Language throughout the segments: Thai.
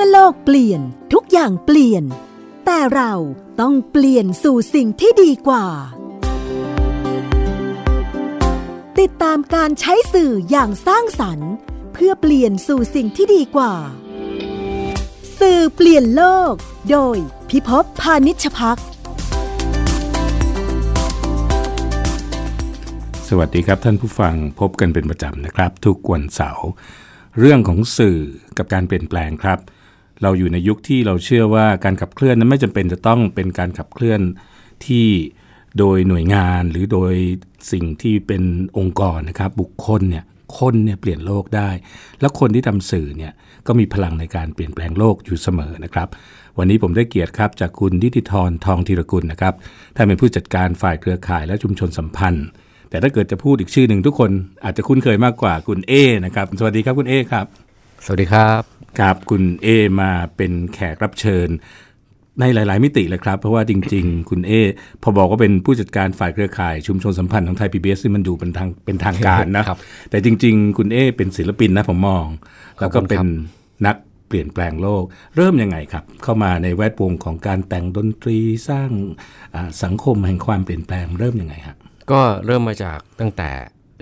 อโลกเปลี่ยนทุกอย่างเปลี่ยน แต่เราต้องเปลี่ยนสู่สิ่งที่ดีกว่า ติดตามการใช้สื่ออย่างสร้างสรรค์ เพื่อเปลี่ยนสู่สิ่งที่ดีกว่า สื่อเปลี่ยนโลก โดยพิภพพานิชพัก สวัสดีครับท่านผู้ฟังพบกันเป็นประจำนะครับ ทุกวันเสาร์เรื่องของสื่อกับการเปลี่ยนแปลงครับ เราอยู่ในยุคที่เราเชื่อว่าการขับเคลื่อนนั้นไม่จำเป็นจะต้องเป็นการขับเคลื่อนที่โดยหน่วยงานหรือโดยสิ่งที่เป็นองค์กรนะครับ บุคคลเนี่ยคนเนี่ยเปลี่ยนโลกได้ แล้วคนที่ทำสื่อเนี่ยก็มีพลังในการเปลี่ยนแปลงโลกอยู่เสมอนะครับ วันนี้ผมได้เกียรติครับจากคุณทิติธรทองธีรกุลนะครับท่านเป็นผู้จัดการฝ่ายเครือข่ายและชุมชนสัมพันธ์ แต่ถ้าเกิดจะพูดอีกชื่อหนึ่งทุกคนอาจจะคุ้นเคยมากกว่าคุณเอนะครับสวัสดีครับคุณเอครับ สวัสดีครับ ครับคุณเอมาเป็นแขกรับเชิญ ในหลาย ๆ มิติเลยครับ เพราะว่าจริง ๆ คุณเอพอบอกว่าเป็นผู้จัดการฝ่ายเครือข่าย ชุมชนสัมพันธ์ของไทยพีบีเอสที่มันดูเป็นทางเป็นทางการนะ ครับ แต่จริง ๆ คุณเอเป็นศิลปินนะผมมอง แล้วก็เป็น ขอบคุณ นักเปลี่ยนแปลงโลก เริ่มยังไงครับ เข้ามาในแวดวงของการแต่งดนตรีสร้างอ่าสังคมแห่งความเปลี่ยนแปลงเริ่มยังไงฮะ ก็เริ่มมาจากตั้งแต่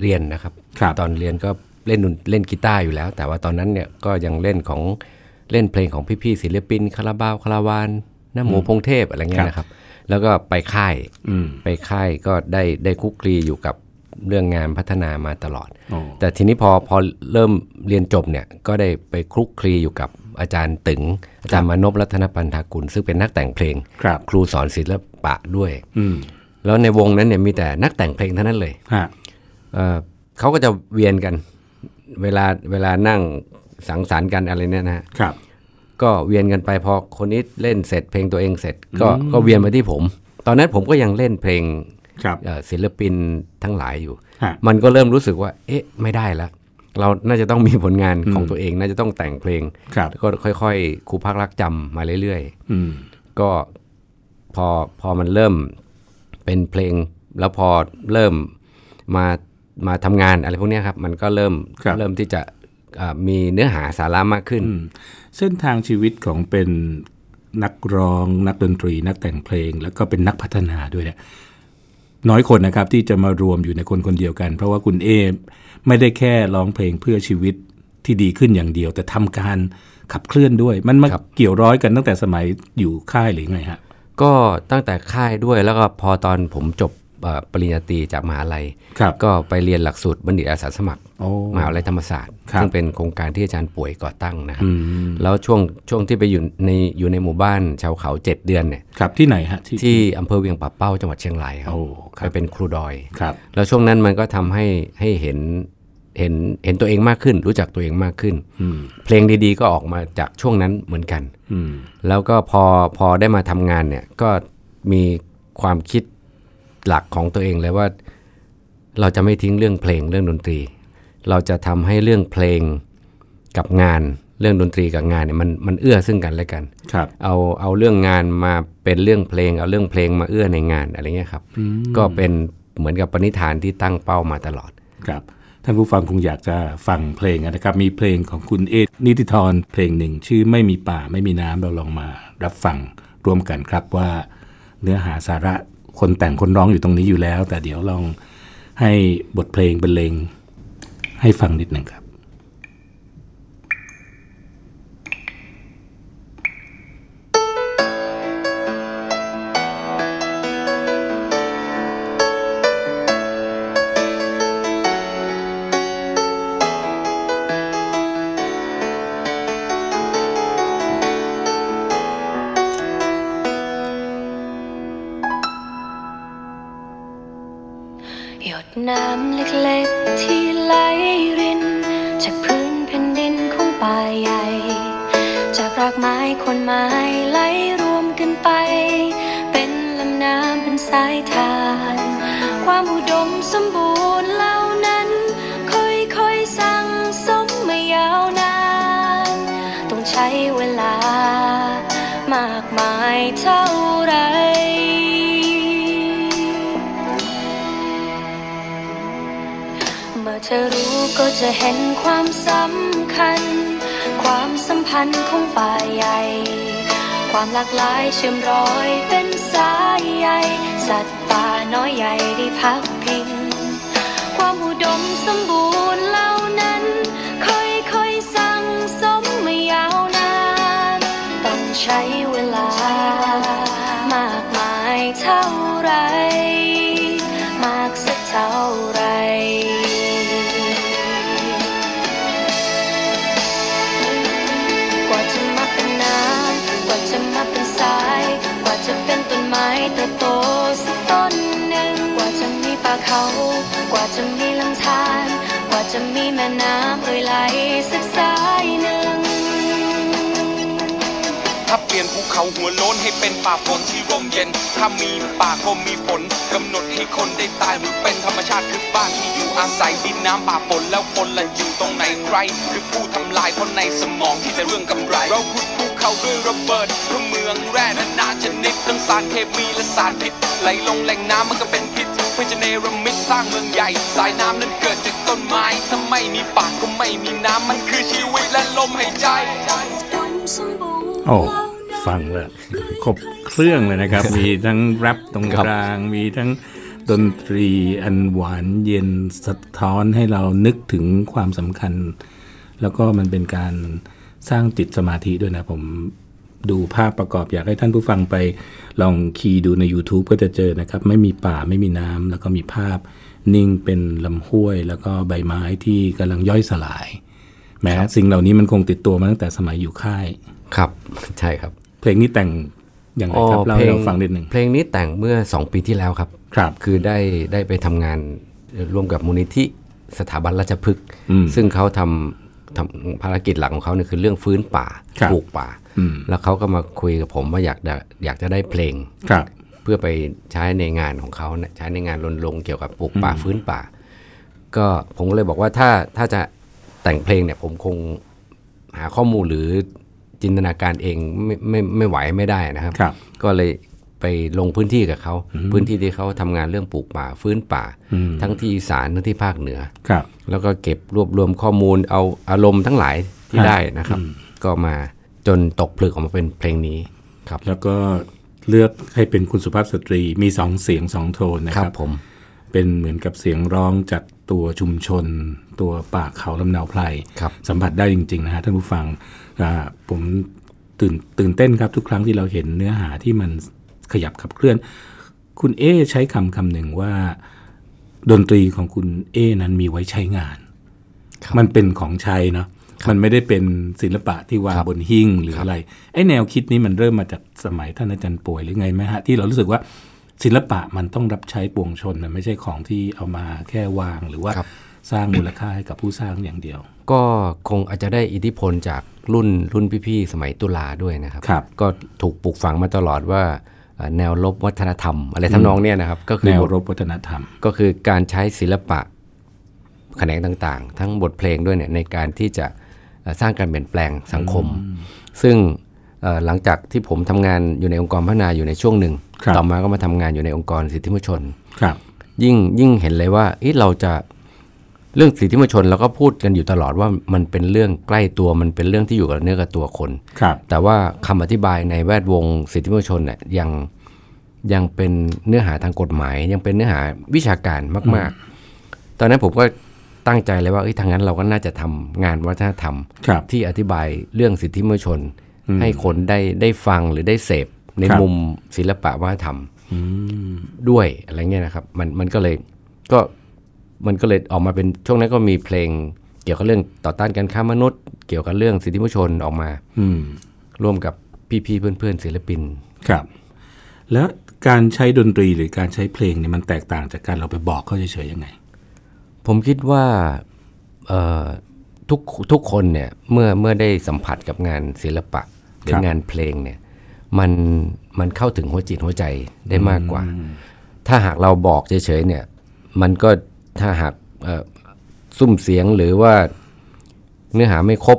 เรียนนะครับ ครับ ตอนเรียนก็เล่นดนเล่นกีตาร์อยู่แล้ว แต่ว่าตอนนั้นเนี่ยก็ยังเล่นของเล่นเพลงของพี่ๆศิลปินคาราบาวคาราวานน้าหมูพงเทพอะไรเงี้ยนะครับ แล้วก็ไปค่าย อืม ไปค่ายก็ได้ได้คลุกคลีอยู่กับเรื่องงานพัฒนามาตลอด อ๋อ แต่ทีนี้พอพอเริ่มเรียนจบเนี่ยก็ได้ไปคลุกคลีอยู่กับอาจารย์ตึง อาจารย์มานพรัตนปันธากุล ซึ่งเป็นนักแต่งเพลง ครับ ครูสอนศิลปะด้วย อืม แล้วในวงนั้นเนี่ยมีแต่นักแต่งเพลงเท่านั้นเลย ฮะ เอ่อเขาก็จะเวียนกัน เวลาเวลานั่งสังสรรค์กันอะไรเนี่ยนะฮะ ครับ ก็เวียนกันไปพอคนนี้เล่นเสร็จเพลงตัวเองเสร็จ ก็ก็เวียนมาที่ผม ตอนนั้นผมก็ยังเล่นเพลง ครับ เอ่อศิลปินทั้งหลายอยู่ ฮะ มันก็เริ่มรู้สึกว่า เอ๊ะ ไม่ได้ละเราน่าจะต้องมีผลงานของตัวเอง น่าจะต้องแต่งเพลง ครับ แล้วก็ค่อยๆครูพักรักจำมาเรื่อยๆ อืม ก็พอพอมันเริ่มเป็นเพลง แล้วพอเริ่มมามาทำงานอะไรพวกเนี้ยครับ มันก็เริ่มเริ่มที่จะเอ่อมีเนื้อหาสาระมากขึ้น เส้นทางชีวิตของเป็นนักร้อง นักดนตรี นักแต่งเพลง แล้วก็เป็นนักพัฒนาด้วยเนี่ยน้อยคนนะครับ ที่จะมารวมอยู่ในคนคนเดียวกัน เพราะว่าคุณเอไม่ได้แค่ร้องเพลงเพื่อชีวิตที่ดีขึ้นอย่างเดียว แต่ทำการขับเคลื่อนด้วย มันมา ครับ เกี่ยวร้อยกันตั้งแต่สมัยอยู่ค่ายหรือไงฮะ ก็ตั้งแต่ค่ายด้วยแล้วก็พอตอนผมจบเอ่อปริญญาตรีจากมหาลัย ครับ ก็ไปเรียนหลักสูตรบัณฑิตอาสาสมัคร โอ้ มหาวิทยาลัยธรรมศาสตร์ ครับ ซึ่งเป็นโครงการที่อาจารย์ป่วยก่อตั้งนะครับ อืม แล้วช่วงช่วงที่ไปอยู่ในอยู่ในหมู่บ้านชาวเขาเจ็ดเดือนเนี่ย ครับที่ไหนฮะที่ ที่อำเภอเวียงป่าเป้าจังหวัดเชียงรายครับ โอ้ค ไป รับ เป็นครูดอย ครับ แล้วช่วงนั้นมันก็ทำให้ให้เห็นเห็นเห็นตัวเองมากขึ้น รู้จักตัวเองมากขึ้น อืม เพลงดีๆ ก็ออกมาจากช่วงนั้นเหมือนกัน อืม แล้วก็พอพอได้มาทำงานเนี่ยก็มีความคิดหลักของตัวเองเลยว่า เราจะไม่ทิ้งเรื่องเพลงเรื่องดนตรี เราจะทำให้เรื่องเพลงกับงานเรื่องดนตรีกับงานเนี่ยมันมันเอื้อซึ่งกันและกัน ครับ เอาเอาเรื่องงานมาเป็นเรื่องเพลง เอาเรื่องเพลงมาเอื้อในงานอะไรเงี้ยครับ ก็เป็นเหมือนกับปณิธานที่ตั้งเป้ามาตลอด ครับ ท่านผู้ฟังคงอยากจะฟังเพลงนะครับ มีเพลงของคุณเอนิติธรเพลงหนึ่งชื่อไม่มีป่าไม่มีน้ำเราลองมารับฟังร่วมกันครับว่า เนื้อหาสาระคนแต่งคนร้องอยู่ตรงนี้อยู่แล้ว แต่เดี๋ยวลองให้บทเพลงบรรเลงให้ฟังนิดหนึ่งครับ หยดน้ำเล็กๆที่ไหลริน จากพื้นแผ่นดินของป่าใหญ่ จากรากไม้คนไม้ไหลรวมกันไป เป็นลำน้ำเป็นสายทาน ความอุดมสมบูรณ์เหล่านั้น ค่อยๆสั่งสมมายาวนาน ต้องใช้เวลามากมายเท่าไหร เมื่อเธอรู้ก็จะเห็นความสำคัญ ความสัมพ พันธุ์ของป่าใหญ่ ความหลากหลายเชื่อมร้อยเป็นสายใยสัตว์ป่าน้อยใหญ่ได้พักพิง ความอุดมสมบูรณ์เหล่านั้น ค่อยๆสั่งสมมายาวนาน ต้องใช้เวลามากมายเท่าไหรมากสักเท่าไหร กว่าจะมาเป็นน้ำ กว่าจะมาเป็นสาย กว่าจะเป็นต้นไม้เติบโตสักต้นหนึ่ง กว่าจะมีป่าเขา กว่าจะมีลำธาร กว่าจะมีแม่น้ำเอ่ยไหลสักสายหนึ่ง ถ้าเปลี่ยนภูเขาหัวโล้นให้เป็นป่าฝนที่ร่มเย็น ถ้ามีป่าก็มีฝนกำหนดให้คนได้ตายหรือเป็นธรรมชาติคือบ้านที่อยู่อาศัยดินน้ำป่าฝนแล้วคนละอยู่ตรงไหนใคร คือผู้ทำลายคนในสมองที่แต่เรื่องกำไร เราขุดภูเขาด้วยระเบิดเพื่อเมืองแร่นานาชนิดทั้งสารเคมีและสารพิษไหลลงแหล่งน้ำมันก็เป็นพิษเพื่อจะเนรมิตสร้างเมืองใหญ่ สายน้ำนั้นเกิดจากต้นไม้ถ้าไม่มีป่าก็ไม่มีน้ำมันคือชีวิตและลมหายใจ โอ้ฟังเลยครบเครื่องเลยนะครับ มีทั้งแรปตรง ครับ กลาง มีทั้งดนตรีอันหวานเย็นสะท้อนให้เรานึกถึงความสำคัญ แล้วก็มันเป็นการสร้างจิตสมาธิด้วยนะผมดูภาพประกอบอยากให้ท่านผู้ฟังไปลองคีย์ดูใน YouTube ก็จะเจอนะครับ ไม่มีป่าไม่มีน้ำแล้วก็มีภาพนิ่งเป็นลำห้วย แล้วก็ใบไม้ที่กำลังย่อยสลาย แม้สิ่งเหล่านี้มันคงติดตัวมาตั้งแต่สมัยอยู่ค่าย ครับ ใช่ครับ เพลงนี้แต่งอย่างไรครับเล่าให้เราฟังนิดหนึ่ง เพลงนี้แต่งเมื่อ 2 ปีที่แล้วครับ ครับ คือได้ได้ไปทำงานร่วมกับมูลนิธิสถาบันราชพฤกษ์ อืม ซึ่งเขาทำทำภารกิจหลักของเขาเนี่ยคือเรื่องฟื้นป่า ครับ ปลูกป่า อืม แล้วเขาก็มาคุยกับผมว่าอยากได้อยากจะได้เพลง ครับ เพื่อไปใช้ในงานของเขานะใช้ในงานรณรงค์เกี่ยวกับปลูกป่าฟื้นป่า ก็ผมก็เลยบอกว่าถ้าถ้าจะแต่งเพลงเนี่ยผมคงหาข้อมูลหรือจินตนาการเองไม่ไม่ไม่ไหวไม่ได้นะครับ ครับ ก็เลยไปลงพื้นที่กับเขา พื้นที่ที่เขาทำงานเรื่องปลูกป่าฟื้นป่า ทั้งที่อีสานทั้งที่ภาคเหนือ ครับ แล้วก็เก็บรวบรวมข้อมูลเอาอารมณ์ทั้งหลายที่ ครับ ได้นะครับ ก็มาจนตกผลึกออกมาเป็นเพลงนี้ครับ แล้วก็เลือกให้เป็นคุณสุภาพสตรีมีสองเสียงสองโทนนะ ค ค รั รั บบ ผม เป็นเหมือนกับเสียงร้องจากตัวชุมชน ตัวป่าเขาลำเนาไพร ครับ สัมผัสได้จริง ๆ นะฮะท่านผู้ฟังอ่าผมตื่นตื่นเต้นครับทุกครั้งที่เราเห็นเนื้อหาที่มันขยับขับเคลื่อน คุณเอใช้คำคำหนึ่งว่า ดนตรีของคุณเอนั้นมีไว้ใช้งาน ครับ มันเป็นของใช้เนาะมันไม่ได้เป็นศิลปะที่วางบนหิ้งหรืออะไรไอ้แนวคิดนี้มันเริ่มมาจากสมัยท่านอาจารย์ป่วยหรือไงไหมฮะที่เรารู้สึกว่าศิลปะมันต้องรับใช้ปวงชนมันไม่ใช่ของที่เอามาแค่วางหรือว่า ครับ สร้างมูลค่าให้กับผู้สร้างอย่างเดียว ก็คงอาจจะได้อิทธิพลจากรุ่นรุ่นพี่ๆสมัยตุลาด้วยนะครับ ครับ ก็ถูกปลูกฝังมาตลอดว่าเอ่อแนวลบวัฒนธรรม อะไรทำนองเนี้ยนะครับ ก็คื แน อ ว บท รบวัฒนธรรม ก็คือการใช้ศิลปะแขนงต่างๆ ทั้งบทเพลงด้วยเนี่ยในการที่จะเอ่อสร้างการเปลี่ยนแปลงสังคม ซึ่งเอ่อหลังจากที่ผมทำงานอยู่ในองค์กรพัฒนาอยู่ในช่วงหนึ่ง ครับ ต่อมาก็มาทำงานอยู่ในองค์กรสิทธิมนุษยชน ครับ ยิ่งยิ่งเห็นเลยว่าเอ๊ะเราจะเรื่องสิทธิมนุษยชนเราก็พูดกันอยู่ตลอดว่ามันเป็นเรื่องใกล้ตัวมันเป็นเรื่องที่อยู่กับเนื้อกับตัวคน ครับ แต่ว่าคำอธิบายในแวดวงสิทธิมนุษยชนเนี่ยยังยังเป็นเนื้อหาทางกฎหมาย ยังเป็นเนื้อหาวิชาการมาก ๆ ตอนนั้นผมก็ตั้งใจเลยว่าเอ้ยทางนั้นเราก็น่าจะทำงานวัฒนธรรม ครับ ที่อธิบายเรื่องสิทธิมนุษยชน ให้คนได้ได้ฟังหรือได้เสพใน ครับ มุมศิลปะวัฒนธรรม ด้วยอะไรเงี้ยนะครับมันมันก็เลยก็มันก็เลยออกมาเป็นช่วงนั้นก็มีเพลง เกี่ยวกับเรื่องต่อต้านการค้ามนุษย์ เกี่ยวกับเรื่องสิทธิมนุษยชนออกมา อืม ร่วมกับพี่ๆเพื่อนๆศิลปิน ครับ แล้วการใช้ดนตรีหรือการใช้เพลงเนี่ยมันแตกต่างจากการเราไปบอกเขาเฉยๆยังไง ผมคิดว่าเอ่อทุกทุกคนเนี่ยเมื่อเมื่อได้สัมผัสกับงานศิลปะหรือ ครับ งานเพลงเนี่ยมันมันเข้าถึงหัวจิตหัวใจได้มากกว่า ถ้าหากเราบอกเฉยๆเนี่ยมันก็ถ้าหากเอ่อซุ่มเสียงหรือว่าเนื้อหาไม่ครบ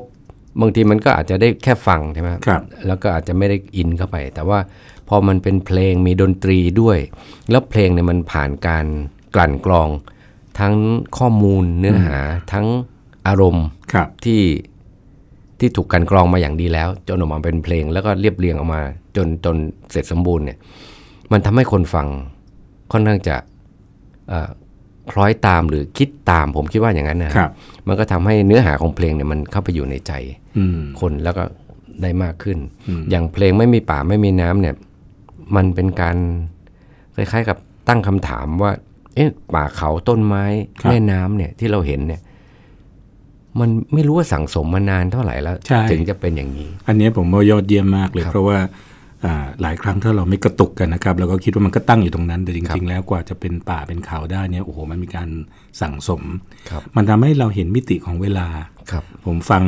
บางทีมันก็อาจจะได้แค่ฟังใช่ไหม ครับ แล้วก็อาจจะไม่ได้อินเข้าไป แต่ว่าพอมันเป็นเพลงมีดนตรีด้วย แล้วเพลงเนี่ยมันผ่านการกลั่นกรอง ทั้งข้อมูลเนื้อหาทั้งอารมณ์ ครับ ที่ ที่ถูกกลันกรองมาอย่างดีแล้ว จนออกมาเป็นเพลง แล้วก็เรียบเรียงออกมา จนจนเสร็จสมบูรณ์เนี่ย มันทำให้คนฟังค่อนข้างจะเอ่อคล้อยตามหรือคิดตามผมคิดว่าอย่างนั้นนะฮะ ครับ มันก็ทำให้เนื้อหาของเพลงเนี่ยมันเข้าไปอยู่ในใจ อืม คนแล้วก็ได้มากขึ้น อืม อย่างเพลงไม่มีป่าไม่มีน้ำเนี่ย มันเป็นการคล้ายๆกับตั้งคำถามว่า เอ๊ะป่าเขาต้นไม้แม่น้ำเนี่ยที่เราเห็นเนี่ย มันไม่รู้ว่าสั่งสมมานานเท่าไหร่แล้ว ใช่ ถึงจะเป็นอย่างนี้ อันนี้ผมว่ายอดเยี่ยมมากเลย ครับ เพราะว่าอ่าหลายครั้งถ้าเราไม่กระตุกกันนะครับเราก็คิดว่ามันก็ตั้งอยู่ตรงนั้น แต่จ ครั ริง บ ๆ แล้วกว่าจะเป็นป่าเป็นเขาได้เนี่ยโอ้โหมันมีการสั่งสม ครับ มันทำให้เราเห็นมิติของเวลา ครับ ผมฟัง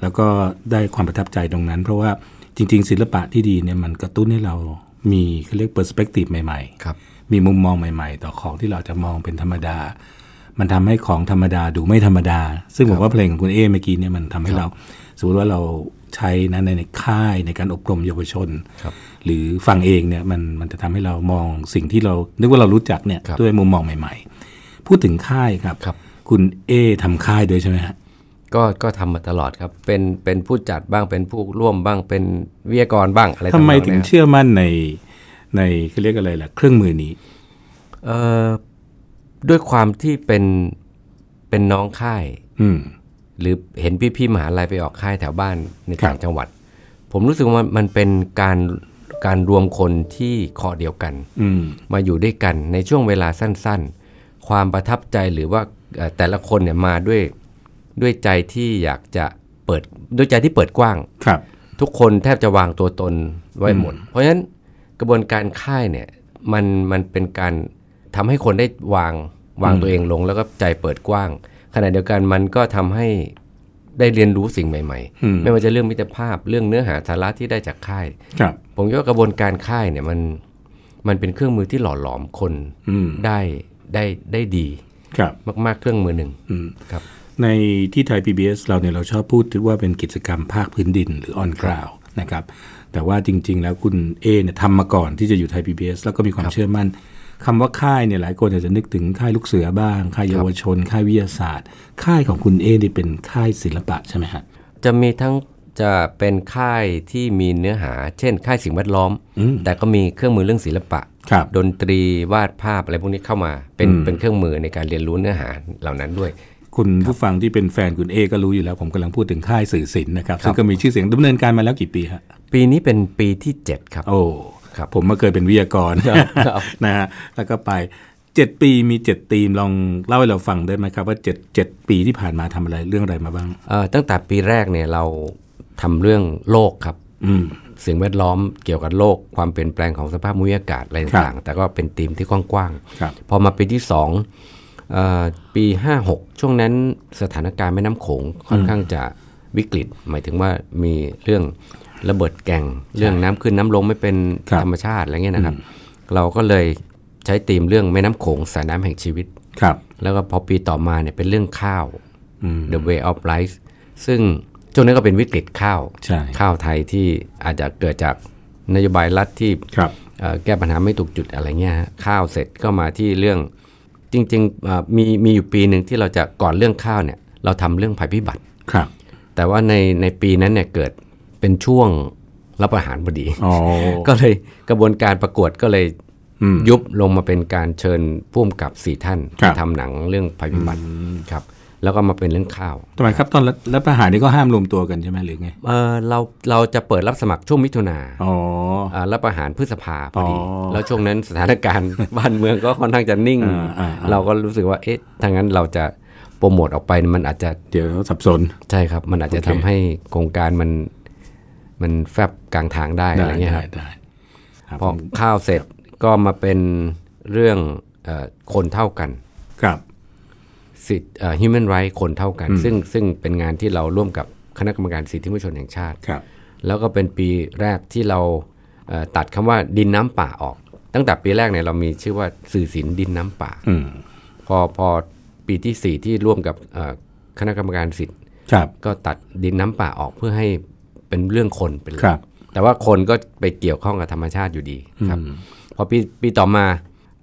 แล้วก็ได้ความประทับใจตรงนั้น เพราะว่าจริง ๆ ศิลปะที่ดีเนี่ยมันกระตุ้นให้เรามีเขาเรียกเปอร์สเปกทีฟใหม่ๆ ครับ มีมุมมองใหม่ ๆ ต่อของที่เราจะมองเป็นธรรมดา มันทำให้ของธรรมดาดูไม่ธรรมดา ซึ่งผมว่าเพลงของคุณเอเมื่อกี้เนี่ยมันทำให้เราสมมติว่าเราใช้นะในในค่ายในการอบรมเยาวชน ครับ หรือฟังเองเนี่ยมันมันจะทำให้เรามองสิ่งที่เรา นึกว่าเรารู้จักเนี่ย ครับ ด้วยมุมมองใหม่ ๆ พูดถึงค่ายครับ ครับ คุณเอทำค่ายด้วยใช่ไหมฮะ ก็ก็ทำมาตลอดครับ เป็นเป็นผู้จัดบ้างเป็นผู้ร่วมบ้างเป็นวิทยากรบ้างอะไร ทำไม นอ ถึง เนี้ย เชื่อมั่นในในเขาเรียกอะไรล่ะ เครื่องมือนี้ เอ่อด้วยความที่เป็นเป็นน้องค่าย อืม หรือเห็นพี่พี่ๆมหาลัยไปออกค่ายแถวบ้านใน ครับ ต่างจังหวัด ผมรู้สึกว่ามันมันเป็นการการรวมคนที่คอเดียวกัน อืม มาอยู่ด้วยกันในช่วงเวลาสั้นๆ ความประทับใจหรือว่าเอ่อแต่ละคนเนี่ยมาด้วยด้วยใจที่อยากจะเปิดด้วยใจที่เปิดกว้าง ครับ ทุกคนแทบจะวางตัวตนไว้หมด เพราะฉะนั้นกระบวนการค่ายเนี่ยมันมันเป็นการทำให้คนได้วางวางตัวเองลงแล้วก็ใจเปิดกว้าง ขณะเดียวกันมันก็ทำให้ได้เรียนรู้สิ่งใหม่ อืม ไม่ว่าจะเรื่องมิตรภาพเรื่องเนื้อหาสาระที่ได้จากค่าย ครับ ผมคิดว่ากระบวนการค่ายเนี่ยมันมันเป็นเครื่องมือที่หล่อหลอมคน อืม ได้ได้ได้ดี ครับ มากๆเครื่องมือหนึ่ง อืม ครับ ในที่ไทย PBS เราเนี่ยเราชอบพูดถึงว่าเป็นกิจกรรมภาคพื้นดินหรือ on ground นะครับ แต่ว่าจริง ๆ แล้วคุณเอเนี่ยทำมาก่อนที่จะอยู่ไทย PBS แล้วก็มีความเชื่อมั่นคำว่าค่ายเนี่ยหลายคนอาจจะนึกถึงค่ายลูกเสือบ้าง ค่ายเยาวชน ค่ายวิทยาศาสตร์ ค่ายของคุณเอนี่เป็นค่ายศิลปะใช่ไหมฮะ จะมีทั้งจะเป็นค่ายที่มีเนื้อหา เช่น ค่ายสิ่งแวดล้อม อืม แต่ก็มีเครื่องมือเรื่องศิลปะ ครับ ดนตรีวาดภาพอะไรพวกนี้เข้ามาเป็น อืม เป็นเครื่องมือในการเรียนรู้เนื้อหาเหล่านั้นด้วย คุณผู้ฟังที่เป็นแฟนคุณเอก็รู้อยู่แล้ว ผมกำลังพูดถึงค่ายสื่อศิลป์นะครับ ครับ ซึ่งก็มีชื่อเสียงดำเนินการมาแล้วกี่ปีฮะ ปีนี้เป็นปีที่ 7 ครับ โอ้ ครับ ผมมาเคยเป็นวิทยากร ครับ นะฮะแล้วก็ไป 7 ปีมี 7 ทีมลองเล่าให้เราฟังได้ไหมครับ ว่า7 7ปีที่ผ่านมาทำอะไรเรื่องอะไรมาบ้าง เอ่อตั้งแต่ปีแรกเนี่ยเราทำเรื่องโลกครับ อืม สิ่งแวดล้อมเกี่ยวกับโลกความเปลี่ยนแปลงของสภาพภูมิอากาศอะไร ครั ต่าง บ ๆ แต่ก็เป็นธีมที่กว้าง ครับ ๆ พอมาปีที่2เอ่อปี 56 ช่วงนั้นสถานการณ์แม่น้ำโขงค่อนข้างจะวิกฤต หมายถึงว่ามีเรื่องระเบิดแก่ง เรื่องน้ำขึ้นน้ำลงไม่เป็น ครับ ธรรมชาติอะไรเงี้ยนะครับ เราก็เลยใช้ธีมเรื่องแม่น้ำโขงสายน้ำแห่งชีวิต ครับ แล้วก็พอปีต่อมาเนี่ยเป็นเรื่องข้าว อืม The Way of Rice ซึ่งช่วงนั้นก็เป็นวิกฤตข้าว ใช่ ข้าวไทยที่อาจจะเกิดจากนโยบายรัฐที่ ครับ เอ่อแก้ปัญหาไม่ถูกจุดอะไรเงี้ยฮะข้าวเสร็จก็มาที่เรื่องจริงๆเอ่อมีมีอยู่ปีหนึ่งที่เราจะก่อนเรื่องข้าวเนี่ยเราทำเรื่องภัยพิบัติ ครับ แต่ว่าในในปีนั้นเนี่ยเกิดเป็นช่วงรับอาหารพอดี อ๋อ ก็เลยกระบวนการประกวดก็เลย อืม ยุบลงมาเป็นการเชิญผู้กำกับสี่ท่าน ครับ ที่ทำหนังเรื่องภัยพิบัติครับแล้วก็มาเป็นเรื่องข้าว ทำไมครับตอนรับรับประหารนี่ก็ห้ามรวมตัวกันใช่ไหมหรือไง เอ่อเราเราจะเปิดรับสมัครช่วงมิถุนา อ๋อ อ่ารับอาหารพฤษภาพอดี อ๋อ แล้วช่วงนั้นสถานการณ์ บ้านเมืองก็ค่อนข้างจะนิ่ง อ่าอ่าอ่า เราก็รู้สึกว่าเอ๊ะทางนั้นเราจะโปรโมทออกไปมันอาจจะ เดี๋ยวสับสน ใช่ครับ มันอาจจะ โอเค ทำให้โครงการมันมันแฟบกลางทางได้อะไรเงี้ยค ได้ รับ ได้ครับ พอ ผม ข้าวเสร็จก็มาเป็นเรื่องเอ่อคนเท่ากัน ครับ สิทธิ์ฮิวแมนไรท์คนเท่ากัน ซึ่งซึ่งเป็นงานที่เราร่วมกับคณะกรรมการสิทธิมนุษยชนแห่งชาติ ครับ แล้วก็เป็นปีแรกที่เราเอ่อตัดคำว่าดินน้ำป่าออก ตั้งแต่ปีแรกเนี่ยเรามีชื่อว่าสื่อศิลป์ดินน้ำป่า อืม พอพอปีที่ 4 ที่ร่วมกับเอ่อคณะกรรมการสิทธิ์ ครับ ก็ตัดดินน้ำป่าออกเพื่อให้เป็นเรื่องคนเป็นหลัก ครับ แต่ว่าคนก็ไปเกี่ยวข้องกับธรรมชาติอยู่ดีครับพอปีปีต่อมา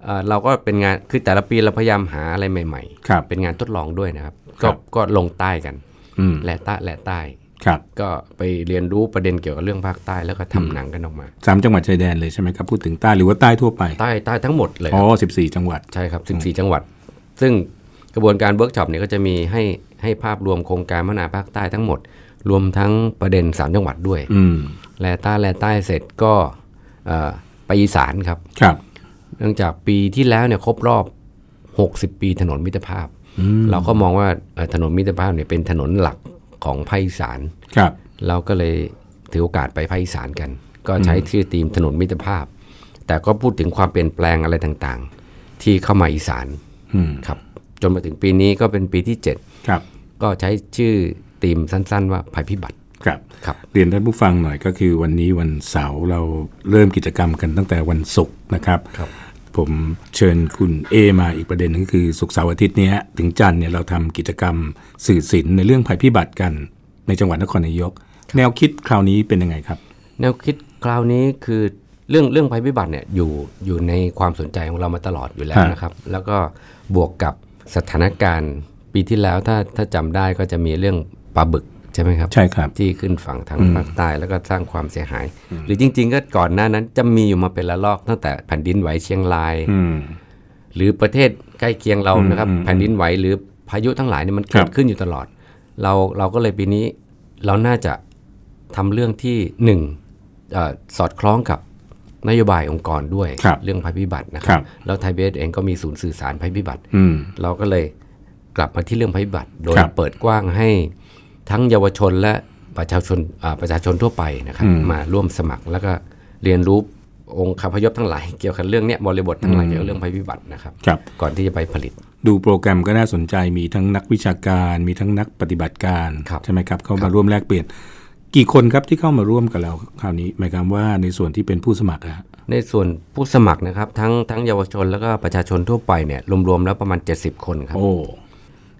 เอ่อเราก็เป็นงานคือแต่ละปีเราพยายามหาอะไรใหม่ ครับ ๆ เป็นงานทดลองด้วยนะครับ ครั ก็ บ ก็ลงใต้กัน อืม และใต้และใต้ ครับ ก็ไปเรียนรู้ประเด็นเกี่ยวกับเรื่องภาคใต้แล้วก็ทำหนังกันออกมา สามจังหวัดชายแดนเลยใช่ไหมครับพูดถึงใต้หรือว่าใต้ทั่วไป ใต้ใต้ทั้งหมดเลยค อ๋อ รับ สิบสี่จังหวัด ใช่ครับ14 จังหวัด ซึ่งกระบวนการเวิร์กช็อปเนี่ยก็จะมีให้ให้ภาพรวมโครงการพัฒนาภาคใต้ทั้งหมด รวมทั้งประเด็น 3 จังหวัดด้วย อืม แลใต้แลใต้เสร็จก็เอ่อไปอีสานครับ ครับ เนื่องจากปีที่แล้วเนี่ยครบรอบ 60 ปีถนนมิตรภาพ เราก็มองว่าเอ่อถนนมิตรภาพเนี่ยเป็นถนนหลักของภาคอีสาน ครับ เราก็เลยถือโอกาสไปภาคอีสานกัน ก็ใช้ชื่อธีมถนนมิตรภาพ แต่ก็พูดถึงความเปลี่ยนแปลงอะไรต่างๆ ที่เข้ามาอีสาน อืม ครับ จนมาถึงปีนี้ก็เป็นปีที่ ครับ 7 ก็ใช้ชื่อธีมสั้นๆ ว่าภัยพิบัติ ครับ ครับ เรียนท่านผู้ฟังหน่อยก็คือวันนี้วันเสาร์เราเริ่มกิจกรรมกันตั้งแต่วันศุกร์นะครับ ครับ ผมเชิญคุณเอมาอีกประเด็นหนึงคือศุกร์เสาร์อาทิตย์เนี้ยถึงจันทร์เนี่ยเราทำกิจกรรมสื่อสินในเรื่องภัยพิบัติกันในจังหวัดนครนายก แนวคิดคราวนี้เป็นยังไงครับ แนวคิดคราวนี้คือเรื่องเรื่องภัยพิบัติเนี่ยอยู่อยู่ในความสนใจของเรามาตลอดอยู่แล้ว ฮะ นะครับ แล้วก็บวกกับสถานการณ์ ปีที่แล้วถ้าถ้าจำได้ก็จะมีเรื่องปลาบึกใช่ไหมครับ ใช่ครับ ที่ขึ้นฝั่งทางภาคใต้แล้วก็สร้างความเสียหาย หรือจริง ๆ ก็ก่อนหน้านั้นจะมีอยู่มาเป็นละลอกตั้งแต่แผ่นดินไหวเชียงราย อืม หรือประเทศใกล้เคียงเรานะครับ แผ่นดินไหวหรือพายุทั้งหลายเนี่ยมัน ครั เกิ บ ดขึ้นอยู่ตลอด เราเราก็เลยปีนี้เราน่าจะทำเรื่องที่หนึ่งเอ่อสอดคล้องกับนโยบายองค์กรด้วย ครับ เรื่องภัยพิบัตินะค ครั รับ แล้วไทยเบสเองก็มีศูนย์สื่อสารภัยพิบัติ อืม เราก็เลยกลับมาที่เรื่องภัยพิบัติ โดย ครับ เปิดกว้างให้ทั้งเยาวชนและประชาชนอ่าประชาชนทั่วไปนะครับ อืม มาร่วมสมัครแล้วก็เรียนรู้องค์คาพยพทั้งหลาย เกี่ยวกับเรื่องเนี้ยบริบททั้งหลายเกี่ยวกับเรื่องภัยพิบัตินะครับ ครับ ก่อนที่จะไปผลิต ดูโปรแกรมก็น่าสนใจมีทั้งนักวิชาการ มีทั้งนักปฏิบัติการ ครับ ใช่ไหมครับ เข้ามาร่วมแลกเปลี่ยน กี่คนครับที่เข้ามาร่วมกับเราคราวนี้หมายความว่าในส่วนที่เป็นผู้สมัครอะฮะ ในส่วนผู้สมัครนะครับ ทั้งทั้งเยาวชนแล้วก็ประชาชนทั่วไปเนี่ยรวมๆแล้วประมาณ 70 คนครับ โอ้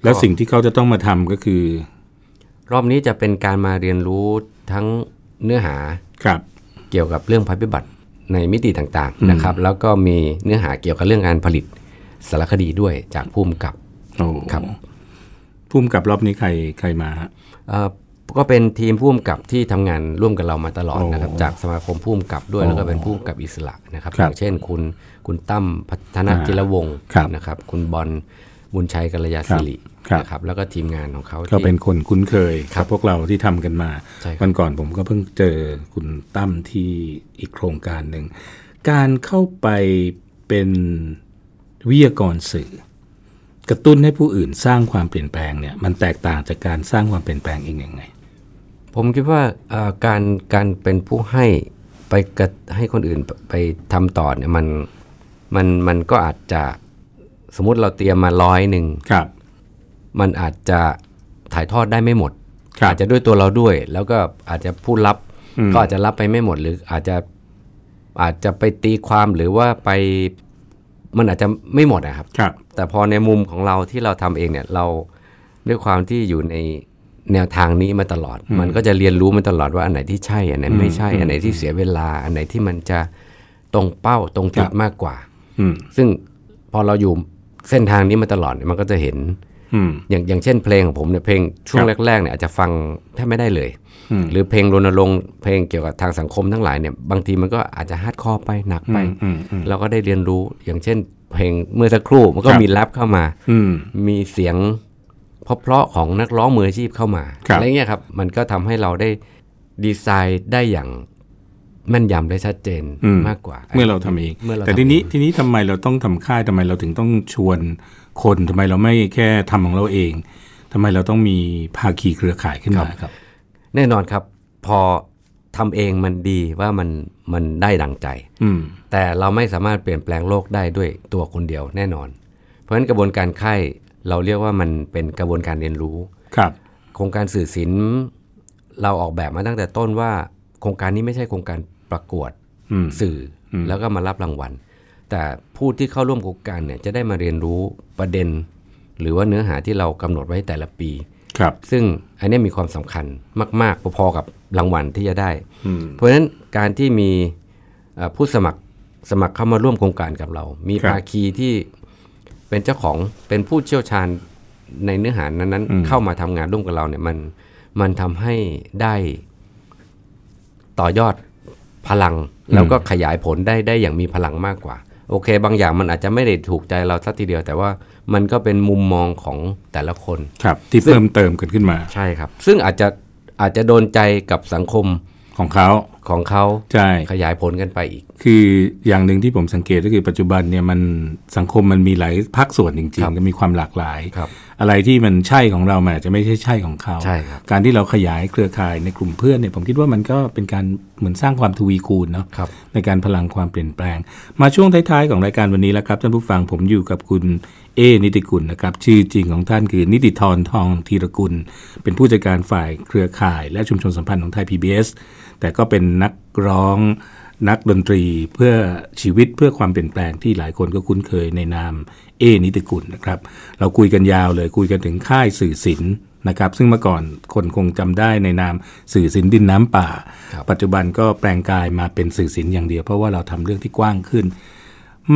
แล้วสิ่งที่เขาจะต้องมาทำก็คือ รอบนี้จะเป็นการมาเรียนรู้ทั้งเนื้อหา ครับ เกี่ยวกับเรื่องภัยพิบัติในมิติต่างๆนะครับ แล้วก็มีเนื้อหาเกี่ยวกับเรื่องการผลิตสารคดีด้วยจากภูมิกับ โอ้ ครับ ภูมิกับรอบนี้ใครใครมาฮะ เอ่อก็เป็นทีมภูมิกับที่ทำงานร่วมกับเรามาตลอด โอ้ นะครับ จากสมาคมภูมิกับด้วย โอ้ แล้วก็เป็นภูมิกับอิสระนะครับ ค อ รับ ย่างเช่นคุณคุณตั้มพัฒนา อ่า จิรวงศ์ ครับ นะครับ คุณบอลบุญชัยกัลยาศิริ ครับ นะครับแล้วก็ทีมงานของเขา ก็ ที่ เป็นคนคุ้นเคยกับพวกเราที่ทำกันมา ใช่ครับ วันก่อนผมก็เพิ่งเจอคุณตั้มที่อีกโครงการหนึ่ง การเข้าไปเป็นวิทยากรสื่อ กระตุ้นให้ผู้อื่นสร้างความเปลี่ยนแปลงเนี่ยมันแตกต่างจากการสร้างความเปลี่ยนแปลงเองยังไง ผมคิดว่าเอ่อการการเป็นผู้ให้ไปกระให้คนอื่นไปทำต่อเนี่ยมันมันมันก็อาจจะสมมติเราเตรียมมาร้อยหนึ่ง ครับ มันอาจจะถ่ายทอดได้ไม่หมด ครับ อาจจะด้วยตัวเราด้วย แล้วก็อาจจะผู้รับก็อาจจะรับไปไม่หมด หรืออาจจะอาจจะไปตีความหรือว่าไปมันอาจจะไม่หมดนะครับ ครับ แต่พอในมุมของเราที่เราทำเองเนี่ยเราด้วยความที่อยู่ในแนวทางนี้มาตลอด มันก็จะเรียนรู้มาตลอดว่าอันไหนที่ใช่อันไหนไม่ใช่อันไหนที่เสียเวลา อันไหนที่มันจะตรงเป้าตรงจุด ครับ มากกว่า อืม ซึ่งพอเราอยู่เส้นทางนี้มาตลอดเนี่ยมันก็จะเห็น อืม อย่างอย่างเช่นเพลงของผมเนี่ยเพลงช่วง ครับ แรกๆเนี่ยอาจจะฟังแทบไม่ได้เลย อืม หรือเพลงรณรงค์เพลงเกี่ยวกับทางสังคมทั้งหลายเนี่ยบางทีมันก็อาจจะฮาร์ดคอร์ไปหนักไป อืมอืม เราก็ได้เรียนรู้อย่างเช่น เพลงเมื่อสักครู่มันก็ ครับ มีแรปเข้ามา อืม มีเสียงเพราะๆของนักร้องมืออาชีพเข้ามา ครับ อะไรเงี้ยครับมันก็ทำให้เราได้ดีไซน์ได้อย่างแม่นยำได้ชัดเจน อื มากกว่า เมื่อเราทำเอง เมื่อเรา แต่ ทำ ทีนี้ เอง ทีนี้ทำไมเราต้องทำค่ายทำไมเราถึงต้องชวนคนทำไมเราไม่แค่ทำของเราเองทำไมเราต้องมีภาคีเครือข่ายขึ้นมาครับ แน่นอนครับ พอทำเองมันดีว่ามันมันได้ดังใจ อืม แต่เราไม่สามารถเปลี่ยนแปลงโลกได้ด้วยตัวคนเดียวแน่นอน เพราะฉะนั้นกระบวนการไข้เราเรียกว่ามันเป็นกระบวนการเรียนรู้ ครับ โครงการสื่อศิลป์เราออกแบบมาตั้งแต่ต้นว่า โครงการนี้ไม่ใช่โครงการประกวด อืม สื่ออแล้วก็มารับรางวัล แต่ผู้ที่เข้าร่วมโครงการเนี่ยจะได้มาเรียนรู้ประเด็น หรือว่าเนื้อหาที่เรากำหนดไว้แต่ละปี ครับ ซึ่งอันเนี้ยมีความสำคัญมากๆพอๆกับรางวัลที่จะได้ อืม เพราะฉะนั้นการที่มีเอ่อผู้สมัครสมัครเข้ามาร่วมโครงการกับเรา มี ครับ ภาคีที่เป็นเจ้าของเป็นผู้เชี่ยวชาญในเนื้อหานั้นๆเข้ามาทำงานร่วมกับเราเนี่ยมัน มันทำให้ได้ต่อยอดพลัง แล้วก็ขยายผลได้ได้อย่างมีพลังมากกว่า โอเค บางอย่างมันอาจจะไม่ได้ถูกใจเราสักทีเดียว แต่ว่ามันก็เป็นมุมมองของแต่ละคน ครับ ที่เพิ่มเติมกันขึ้นมา ใช่ครับ ซึ่งอาจจะอาจจะโดนใจกับสังคม ของเขา ของเขา ใช่ ขยายผลกันไปอีก คืออย่างหนึ่งที่ผมสังเกตก็คือปัจจุบันเนี่ยมันสังคมมันมีหลายภาคส่วนจริง ครับ ๆก็มีความหลากหลาย ครับ อะไรที่มันใช่ของเรามันอาจจะไม่ใช่ใช่ของเขา ใช่ครับ การที่เราขยายเครือข่ายในกลุ่มเพื่อนเนี่ยผมคิดว่ามันก็เป็นการเหมือนสร้างความทวีคูณเนาะ ครับ ในการพลังความเปลี่ยนแปลง มาช่วงท้ายๆของรายการวันนี้แล้วครับท่านผู้ฟังผมอยู่กับคุณเอนิติกุลนะครับชื่อจริงของท่านคือนิติธรทองธีรกุล เป็นผู้จัดการฝ่ายเครือข่าย และชุมชนสัมพันธ์ของไทย PBS แต่ก็เป็นนักร้อง นักดนตรีเพื่อชีวิตเพื่อความเปลี่ยนแปลงที่หลายคนก็คุ้นเคยในนามเอนิติกุลนะครับ เราคุยกันยาวเลยคุยกันถึงค่ายสื่อศิลป์นะครับ ซึ่งเมื่อก่อนคนคงจำได้ในนามสื่อศิลป์ดินน้ำป่า ปัจจุบันก็แปลงกายมาเป็นสื่อศิลป์อย่างเดียว เพราะว่าเราทำเรื่องที่กว้างขึ้น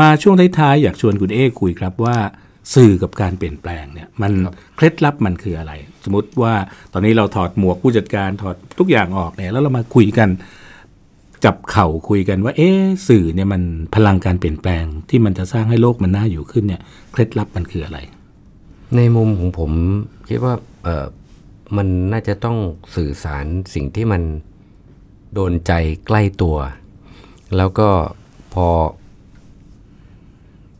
มาช่วงท้ายๆอยากชวนคุณเอคุยครับว่าสื่อกับการเปลี่ยนแปลงเนี่ยมันเคล็ดลับมันคืออะไร สมมติว่าตอนนี้เราถอดหมวกผู้จัดการถอดทุกอย่างออกเนี่ยแล้วเรามาคุยกัน จับเข่าคุยกันว่า เอ๊ะสื่อเนี่ยมันพลังการเปลี่ยนแปลงที่มันจะสร้างให้โลกมันน่าอยู่ขึ้นเนี่ยเคล็ดลับมันคืออะไร ในมุมของผมคิดว่าเออมันน่าจะต้องสื่อสารสิ่งที่มันโดนใจใกล้ตัว แล้วก็พอ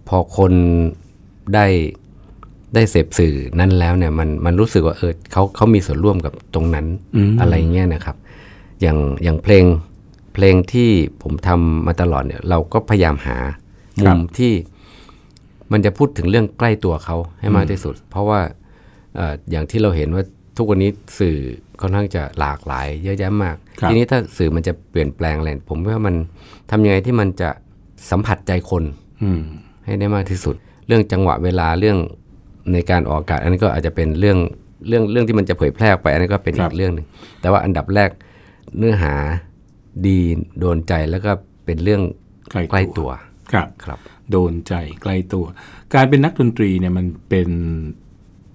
พอคนได้ได้เสพสื่อนั้นแล้วเนี่ยมันมันรู้สึกว่าเออเขาเขามีส่วนร่วมกับตรงนั้น อืม อะไรเงี้ยนะครับ อย่างอย่างเพลงเพลงที่ผมทำมาตลอดเนี่ย เราก็พยายามหามุมที่ มันจะพูดถึงเรื่องใกล้ตัวเขาให้มากที่สุด เพราะว่าเอ่ออย่างที่เราเห็นว่าทุกวันนี้สื่อค่อนข้างจะหลากหลาย เยอะแยะมาก ครับ ทีนี้ถ้าสื่อมันจะเปลี่ยนแปลงอะไรผมว่ามันทำยังไงที่มันจะสัมผัสใจคน อืม ให้ได้มากที่สุด เรื่องจังหวะเวลาเรื่องในการออกอากาศอันนั้นก็อาจจะเป็นเรื่องเรื่องเรื่องที่มันจะเผยแพร่ออกไปอันนั้นก็เป็น ครั อี บ กเรื่องหนึ่งแต่ว่าอันดับแรกเนื้อหาดีโดนใจแล้วก็เป็นเรื่อง ใกล้ ใกล้ตัว ครับ ครับ โดนใจใกล้ตัว การเป็นนักดนตรีเนี่ยมันเป็น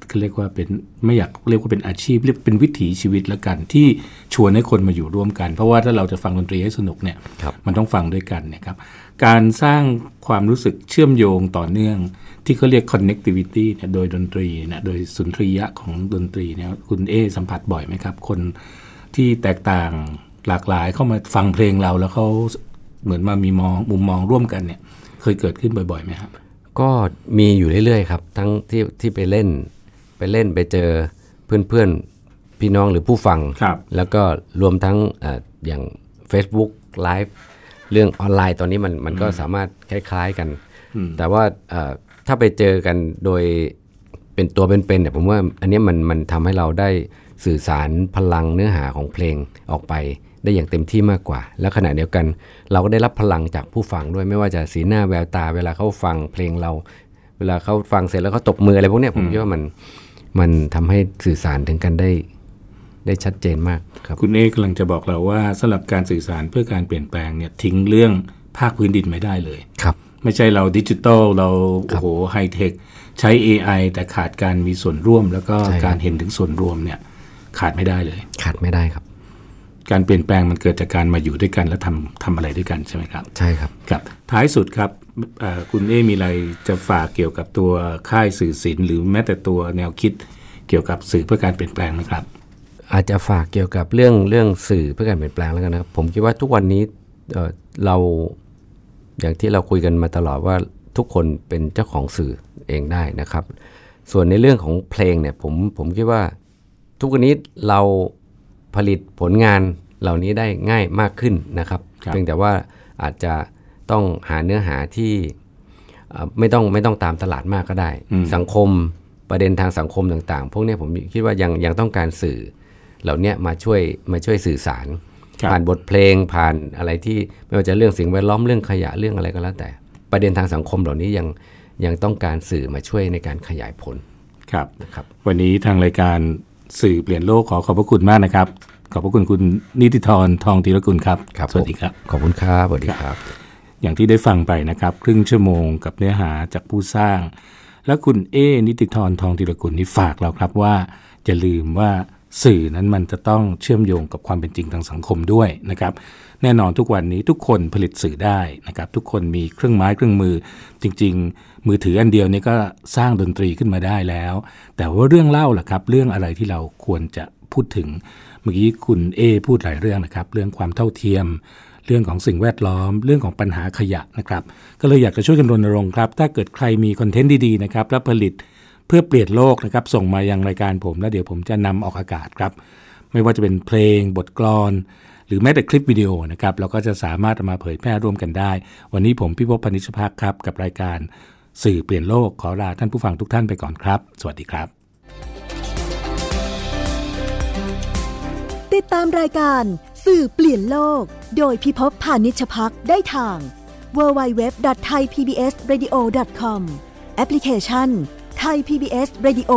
เขาเรียกว่าเป็นไม่อยากเรียกว่าเป็นอาชีพเรียกเป็นวิถีชีวิตละกัน ที่ชวนให้คนมาอยู่ร่วมกัน เพราะว่าถ้าเราจะฟังดนตรีให้สนุกเนี่ย ครับ มันต้องฟังด้วยกันเนะครับการสร้างความรู้สึกเชื่อมโยงต่อเนื่อง ที่เขาเรียก connectivity เนี่ยโดยดนตรีเนี่ยโดยสุนทรียะของดนตรีเนี่ยคุณเอสัมผัสบ่อยไหมครับ คนที่แตกต่างหลากหลายเข้ามาฟังเพลงเราแล้วเขาเหมือนมามีมองมุมมองร่วมกันเนี่ย เคยเกิดขึ้นบ่อยๆไหมครับ ก็มีอยู่เรื่อยๆครับ ทั้งที่ที่ไปเล่น ไปเล่นไปเจอเพื่อนๆ พี่น้องหรือผู้ฟัง ครับ แล้วก็รวมทั้งเอออย่าง Facebook Live เรื่องออนไลน์ตอนนี้มันมันก็สามารถคล้ายๆกัน แต่ว่าเอ่อถ้าไปเจอกันโดยเป็นตัวเป็นๆเนี่ยผมว่าอันเนี้ยมันมันทำให้เราได้สื่อสารพลังเนื้อหาของเพลงออกไปได้อย่างเต็มที่มากกว่า และขณะเดียวกัน เราก็ได้รับพลังจากผู้ฟังด้วยไม่ว่าจะสีหน้าแววตา เวลาเขาฟังเพลงเรา เวลาเขาฟังเสร็จแล้วเขาตบมืออะไรพวกเนี้ยผมคิดว่ามันมันทำให้สื่อสารถึงกันได้ ได้ชัดเจนมากครับ คุณเอกำลังจะบอกเราว่าสำหรับการสื่อสารเพื่อการเปลี่ยนแปลงเนี่ยทิ้งเรื่องภาคพื้นดินไม่ได้เลย ครับ ไม่ใช่เราดิจิตอลเราโอ้โหไฮเทค ใช้ AI แต่ขาดการมีส่วนร่วม แล้วก็ ใช่ครับ การเห็นถึงส่วนรวมเนี่ยขาดไม่ได้เลย ขาดไม่ได้ครับ การเปลี่ยนแปลงมันเกิดจากการมาอยู่ด้วยกันและทำทำอะไรด้วยกันใช่ไหมครับ ใช่ครับ ครับท้ายสุดครับเอ่อคุณเอมีอะไรจะฝากเกี่ยวกับตัวค่ายสื่อศิลป์หรือแม้แต่ตัวแนวคิดเกี่ยวกับสื่อเพื่อการเปลี่ยนแปลงไหมครับ อาจจะฝากเกี่ยวกับเรื่องเรื่องสื่อเพื่อการเปลี่ยนแปลงแล้วกันนะครับ ผมคิดว่าทุกวันนี้เอ่อเราอย่างที่เราคุยกันมาตลอดว่าทุกคนเป็นเจ้าของสื่อเองได้นะครับ ส่วนในเรื่องของเพลงเนี่ยผมผมคิดว่า ทุกวันนี้เราผลิตผลงานเหล่านี้ได้ง่ายมากขึ้นนะครับ ครับ เพียงแต่ว่าอาจจะต้องหาเนื้อหาที่เอ่อไม่ต้องไม่ต้องตามตลาดมากก็ได้ สังคมประเด็นทางสังคมต่างๆ พวกเนี้ยผมคิดว่ายังยังต้องการสื่อ เหล่าเนี้ยมาช่วยมาช่วยสื่อสาร ครับ ผ่านบทเพลงผ่านอะไรที่ไม่ว่าจะเรื่องสิ่งแวดล้อมเรื่องขยะเรื่องอะไรก็แล้วแต่ ประเด็นทางสังคมเหล่านี้ยังยังต้องการสื่อมาช่วยในการขยายผล ครับ นะครับ วันนี้ทางรายการสื่อเปลี่ยนโลกขอขอบพระคุณมากนะครับ ขอบพระคุณคุณนิติธรทองธีรกุลครับ สวัสดีครับ ขอบคุณครับสวัสดีครับ อย่างที่ได้ฟังไปนะครับครึ่งชั่วโมงกับเนื้อหาจากผู้สร้าง และคุณเอนิติธรทองธีรกุลนี่ฝากเราครับว่าอย่าลืมว่า สื่อนั้นมันจะต้องเชื่อมโยงกับความเป็นจริงทางสังคมด้วยนะครับ แน่นอนทุกวันนี้ทุกคนผลิตสื่อได้นะครับ ทุกคนมีเครื่องไม้เครื่องมือ จริง ๆ มือถืออันเดียวนี้ก็สร้างดนตรีขึ้นมาได้แล้ว แต่ว่าเรื่องเล่าล่ะครับ เรื่องอะไรที่เราควรจะพูดถึง เมื่อกี้คุณเอพูดหลายเรื่องนะครับ เรื่องความเท่าเทียม เรื่องของสิ่งแวดล้อม เรื่องของปัญหาขยะนะครับ ก็เลยอยากจะช่วยกันรณรงค์ครับ ถ้าเกิดใครมีคอนเทนต์ดีๆนะครับและผลิต เพื่อเปลี่ยนโลกนะครับ ส่งมายังรายการผมแล้วเดี๋ยวผมจะนำออกอากาศครับ ไม่ว่าจะเป็นเพลง บทกลอน หรือแม้แต่คลิปวิดีโอนะครับ เราก็จะสามารถเอามาเผยแพร่ร่วมกันได้ วันนี้ผมพี่พบพนิชภาคครับ กับรายการสื่อเปลี่ยนโลกขอลาท่านผู้ฟังทุกท่านไปก่อนครับ สวัสดีครับ ติดตามรายการสื่อเปลี่ยนโลก โดยพิภพพานิชพักได้ทาง www.thaipbsradio.com แอปพลิเคชัน Thai PBS Radio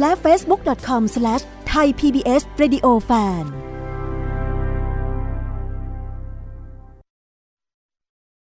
และ facebook.com/thaipbsradiofan